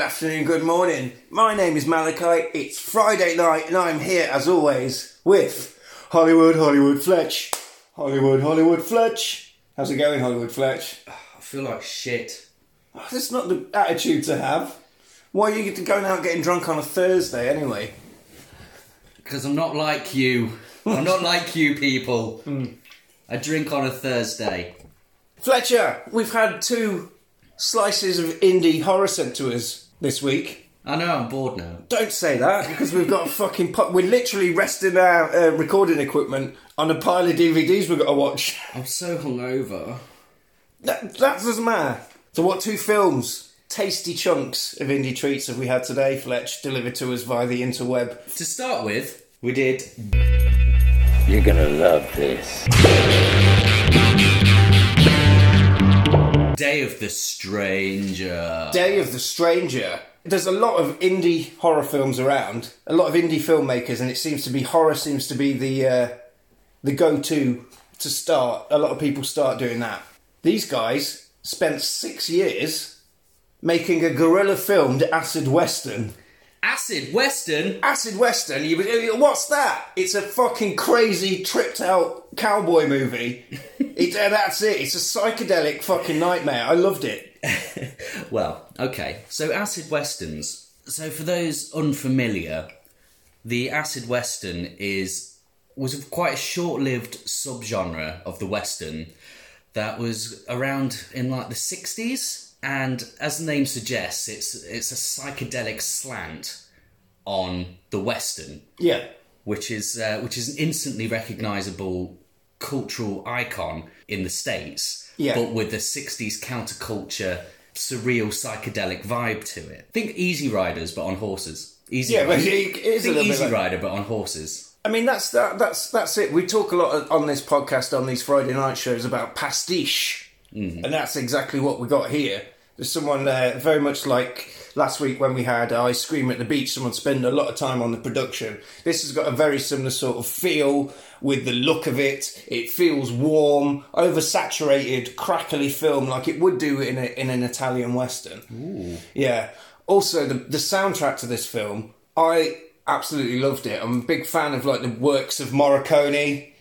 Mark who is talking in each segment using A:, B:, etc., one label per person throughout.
A: afternoon, good morning. My name is Malachi. It's Friday night, and I'm here as always with Hollywood, Hollywood Fletch. Hollywood, Hollywood Fletch. How's it going, Hollywood Fletch?
B: I feel like shit.
A: Oh, that's not the attitude to have. Why are you going out getting drunk on a Thursday anyway?
B: Because I'm not like you. I'm not like you people. I drink on a Thursday.
A: Fletcher, we've had two slices of indie horror sent to us this week.
B: I know I'm bored now.
A: Don't say that because we've got a fucking. Po- we're literally resting our uh, recording equipment on a pile of DVDs we've got to watch.
B: I'm so hungover.
A: That, that doesn't matter. So, what two films, tasty chunks of indie treats have we had today, Fletch, delivered to us via the interweb?
B: To start with, we did
C: You're gonna love this.
B: Day of the Stranger.
A: Day of the Stranger. There's a lot of indie horror films around, a lot of indie filmmakers, and it seems to be horror seems to be the uh, the go-to to start. A lot of people start doing that. These guys spent six years making a guerrilla filmed acid western.
B: Acid Western.
A: Acid western? You, you- what's that? It's a fucking crazy, tripped out cowboy movie. it, uh, that's it. It's a psychedelic fucking nightmare. I loved it.
B: Well, okay. So acid westerns. So for those unfamiliar, the acid western is was quite a short-lived subgenre of the western that was around in like the 60s and as the name suggests it's it's a psychedelic slant on the western
A: Yeah.
B: which is uh, which is an instantly recognizable cultural icon in the states,
A: Yeah.
B: but with the '60s counterculture surreal psychedelic vibe to it. Think Easy Riders, but on horses. Easy
A: Yeah, but
B: Rider.
A: it is a
B: Think
A: little bit
B: Easy
A: like-
B: Rider, but on horses.
A: I mean, that's that, that's that's it. We talk a lot on this podcast on these Friday night shows about pastiche, and that's exactly what we got here. There's someone uh, very much like last week when we had Ice Cream at the Beach. Someone spent a lot of time on the production. This has got a very similar sort of feel with the look of it. It feels warm, oversaturated, crackly film like it would do in a, in an Italian western. Yeah. Also, the the soundtrack to this film, I absolutely loved it. I'm a big fan of like the works of Morricone,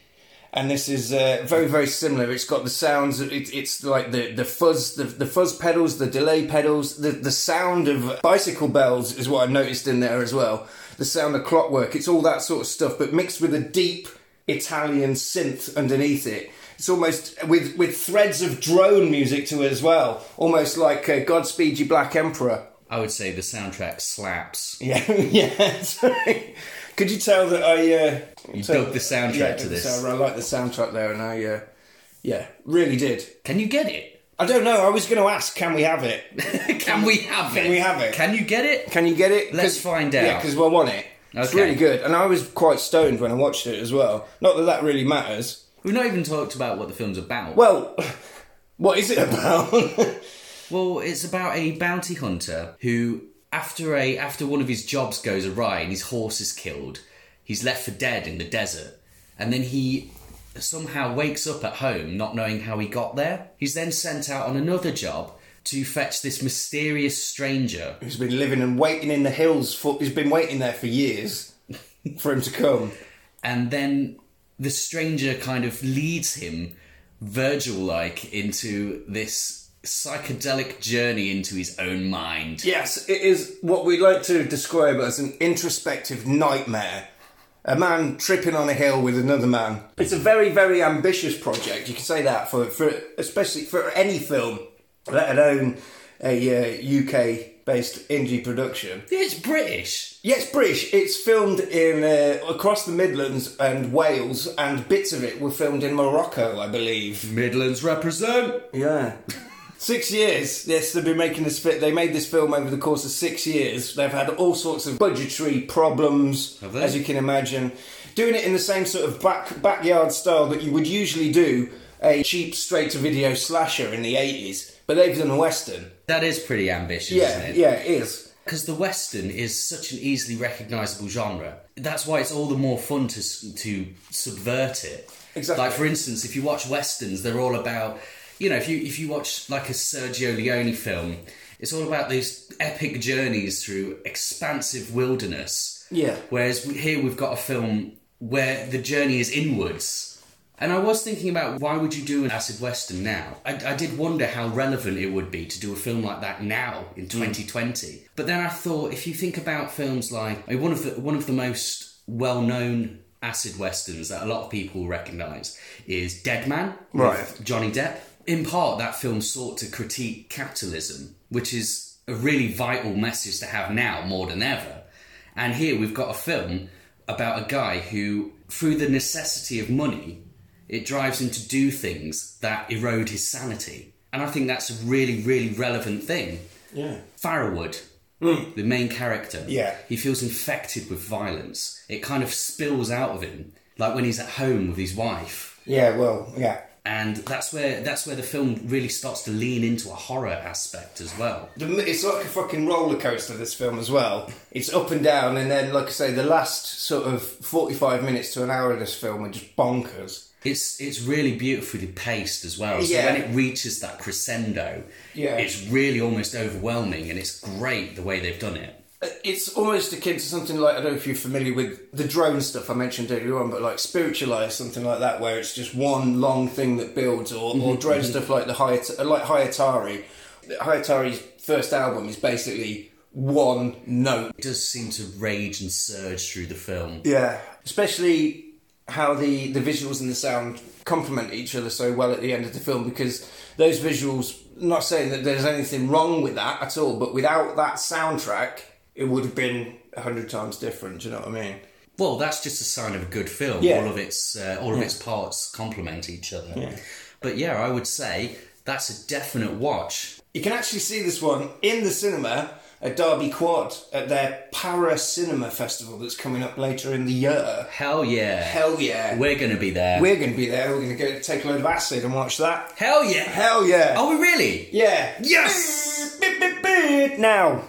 A: and this is uh, very very similar. It's got the sounds. It, it's like the the fuzz, the, the fuzz pedals, the delay pedals, the the sound of bicycle bells is what I noticed in there as well. The sound of clockwork. It's all that sort of stuff, but mixed with a deep Italian synth underneath it. It's almost with with threads of drone music to it as well, almost like uh, Godspeed You Black Emperor.
B: I would say the soundtrack slaps.
A: Yeah, yeah. Sorry. Could you tell that I uh,
B: You
A: tell-
B: dug the soundtrack
A: yeah,
B: to this.
A: so I like the soundtrack there, and I uh, yeah, really did.
B: Can you get it?
A: I don't know. I was going to ask, can we have it?
B: Can we have it?
A: Can we have it?
B: Can you get it?
A: Can you get it?
B: Let's
A: 'Cause-
B: find
A: Yeah,
B: out.
A: because we'll want it. It's
B: Okay.
A: really good, and I was quite stoned when I watched it as well. Not that that really matters.
B: We've not even talked about what the film's about.
A: Well, what is it about?
B: Well, it's about a bounty hunter who, after a after one of his jobs goes awry and his horse is killed, he's left for dead in the desert, and then he somehow wakes up at home not knowing how he got there. He's then sent out on another job to fetch this mysterious stranger.
A: He's been living and waiting in the hills for. He's been waiting there for years for him to come.
B: and then the stranger kind of leads him virgil like into this psychedelic journey into his own mind
A: Yes, it is what we like to describe as an introspective nightmare. A man tripping on a hill with another man. It's a very, very ambitious project. You can say that for, for especially for any film, let alone a uh, UK-based indie production.
B: it's british
A: Yes, British. It's filmed in uh, across the Midlands and Wales, and bits of it were filmed in Morocco, I believe.
B: midlands represent
A: Yeah. six years. Yes, they've been making this fit. They made this film over the course of six years. They've had all sorts of budgetary problems,
B: they?
A: as you can imagine. Doing it in the same sort of back backyard style that you would usually do a cheap straight to video slasher in the eighties, but they've done a western.
B: that is pretty ambitious
A: Yeah,
B: isn't it
A: yeah, it is.
B: because the western is such an easily recognizable genre that's why it's all the more fun to s- to subvert it
A: Exactly.
B: like for instance if you watch westerns they're all about you know if you if you watch like a sergio leone film It's all about these epic journeys through expansive wilderness.
A: Yeah.
B: Whereas we- here we've got a film where the journey is inwards. And I was thinking about why would you do an acid western now? I, I did wonder how relevant it would be to do a film like that now in 2020. But then I thought, if you think about films like I mean, one of the one of the most well known acid westerns that a lot of people recognise is Dead Man, with
A: Right.
B: Johnny Depp. In part, that film sought to critique capitalism, which is a really vital message to have now more than ever. And here we've got a film about a guy who, through the necessity of money, it drives him to do things that erode his sanity. And I think that's a really, really relevant thing.
A: Yeah.
B: Farrowwood, the main character,
A: Yeah.
B: he feels infected with violence. It kind of spills out of him, like when he's at home with his wife
A: Yeah, well, yeah.
B: and that's where that's where the film really starts to lean into a horror aspect as well.
A: The m- It's like a fucking roller coaster. This film as well. It's up and down, and then, like I say, the last sort of forty-five minutes to an hour of this film are just bonkers.
B: It's it's really beautifully paced as well. So
A: Yeah.
B: when it reaches that crescendo,
A: Yeah.
B: it's really almost overwhelming, and it's great the way they've done it.
A: Uh, It's almost akin to something like I don't know if you're familiar with the drone stuff I mentioned earlier on, but like spiritualized something like that, where it's just one long thing that builds, or, or drone stuff like the Hayat- uh, like Hayatari. Hayatari's first album is basically one note.
B: It does seem to rage and surge through the film.
A: Yeah, especially how the the visuals and the sound complement each other so well at the end of the film because those visuals. Not saying that there's anything wrong with that at all, but without that soundtrack, it would have been a hundred times different. Do you know what I mean?
B: Well, that's just a sign of a good film.
A: Yeah.
B: All of its uh, all of its parts complement each other. But yeah, I would say that's a definite watch.
A: You can actually see this one in the cinema at Derby Quad at their Para Cinema Festival that's coming up later in the year.
B: Hell yeah!
A: Hell yeah! We're,
B: We're gonna be there.
A: going to be there. We're going to go take a load of acid and watch that.
B: Hell yeah!
A: Hell yeah!
B: Are we really?
A: Yeah.
B: Yes!
A: Beep, beep, beep, beep. Now.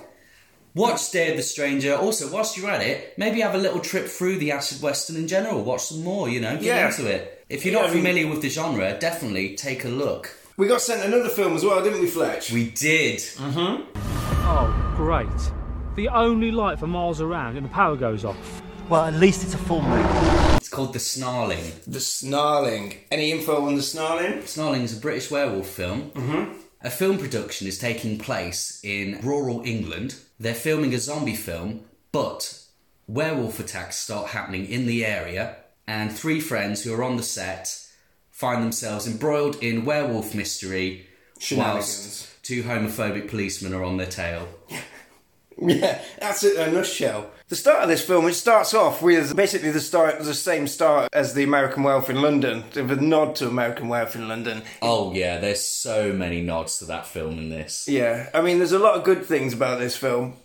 B: Watch Day of the Stranger. Also, whilst you're at it, maybe have a little trip through the acid western in general. Watch some more, you know, get
A: Yeah.
B: into it. If you're
A: Yeah,
B: not
A: I mean-
B: familiar with the genre, definitely take a look.
A: We got sent another film as well, didn't we, Fletch?
B: We did.
A: Mm.
D: Oh, great. The only light for miles around and the power goes off.
E: Well, at least it's a full moon.
B: It's called The Snarling.
A: The Snarling. Any info on The Snarling?
B: Snarling is a British werewolf film. Mm-hmm. A film production is taking place in rural England. They're filming a zombie film, but werewolf attacks start happening in the area, and three friends who are on the set find themselves embroiled in werewolf mystery
A: Shenanigans.
B: whilst two homophobic policemen are on their tail.
A: Yeah, that's it in a nutshell. The start of this film, it starts off with basically the start, the same start as the American Werewolf in London, with a nod to American Werewolf in London.
B: Oh, yeah, there's so many nods to that film in this.
A: Yeah, I mean, there's a lot of good things about this film.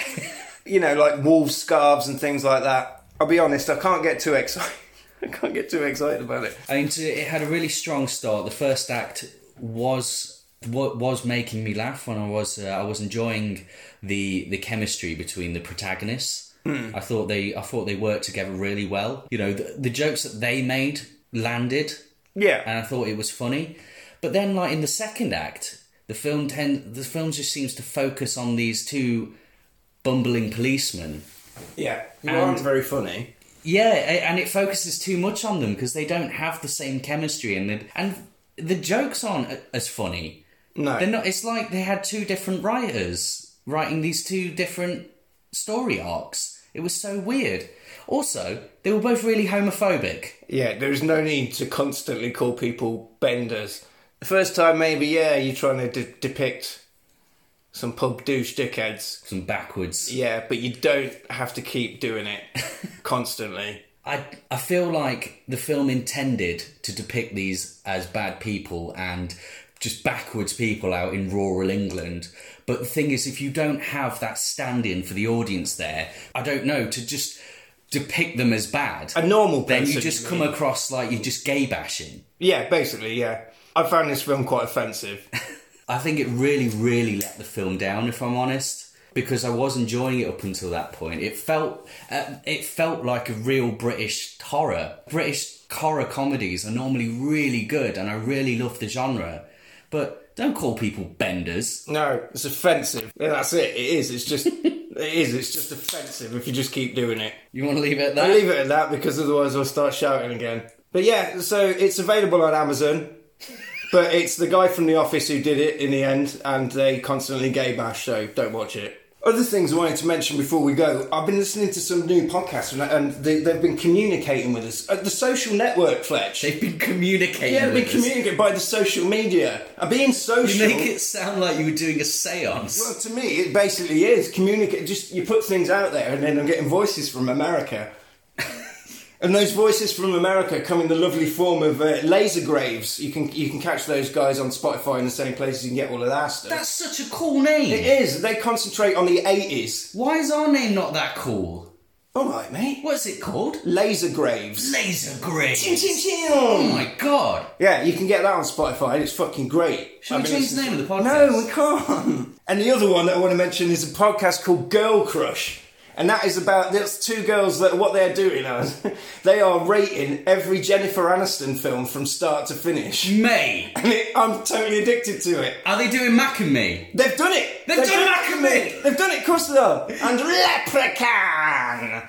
A: you know, like wolf scarves and things like that. I'll be honest, I can't get too excited. I can't get too excited about it.
B: I mean, to, it had a really strong start. The first act was wa- was making me laugh when I was uh, I was enjoying the the chemistry between the protagonists. I thought they I thought they worked together really well. You know, the, the jokes that they made landed,
A: Yeah.
B: and I thought it was funny. But then, like in the second act, the film tend the film just seems to focus on these two bumbling policemen
A: Yeah, Uh, you aren't very funny.
B: yeah, a- and it focuses too much on them because they don't have the same chemistry, and the, and the jokes aren't a- as funny.
A: No,
B: They're not. It's like they had two different writers writing these two different story arcs. It was so weird. Also, they were both really homophobic.
A: Yeah, there is no need to constantly call people benders. The first time, maybe, yeah, you're trying to de- depict some pub douche dickheads.
B: Some backwards.
A: Yeah, but you don't have to keep doing it constantly.
B: I I feel like the film intended to depict these as bad people and just backwards people out in rural England. But the thing is, if you don't have that stand in for the audience there, I don't know, to just depict them as bad,
A: A normal
B: then
A: person.
B: you just come across like you're just gay bashing.
A: Yeah, basically, yeah. I found this film quite offensive.
B: I think it really, really let the film down, if I'm honest, because I was enjoying it up until that point. It felt, uh, it felt like a real British horror. British horror comedies are normally really good, and I really love the genre, but Don't call people benders.
A: No, it's offensive. Yeah, that's it. It is. It's just. it is. It's just offensive if you just keep doing it.
B: You want to leave it at that?
A: I leave it at that because otherwise I'll start shouting again. But yeah, so it's available on Amazon. but it's the guy from The Office who did it in the end, and they constantly gay bash, so don't watch it. Other things I wanted to mention before we go I've been listening to some new podcasts, and- and they, they've been communicating with us. Uh, the social network, Fletch.
B: They've been communicating.
A: yeah, we
B: with us.
A: communicate by the social media. And being
B: You
A: social.
B: make it sound like you were doing a seance.
A: Well, to me, it basically is communicate. Just you put things out there, and then I'm getting voices from America, and those voices from America come in the lovely form of uh, laser graves. You can you can catch those guys on Spotify in the same places you can get all of that stuff.
B: That's such a cool name.
A: it is. They concentrate on the eighties.
B: Why is our name not that cool?
A: All right, mate.
B: What's it called?
A: Laser graves.
B: Laser Grey.
A: Ching, ching, ching.
B: Oh my god.
A: Yeah, you can get that on Spotify. It's fucking great.
B: Should we
A: I've been
B: change the
A: listening-
B: name of the podcast?
A: No, we can't. And the other one that I want to mention is a podcast called Girl Crush. And that is about there's two girls that what they're doing is they are rating every Jennifer Aniston film from start to finish.
B: May.
A: And it, I'm totally addicted to it.
B: Are they doing Mac and Me?
A: They've done it.
B: They've done Mac and Me.
A: They've done it, of course they are. And Leprechaun.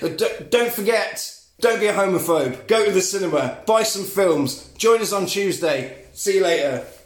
A: But don't, don't forget, don't be a homophobe. Go to the cinema, buy some films, join us on Tuesday. See you later.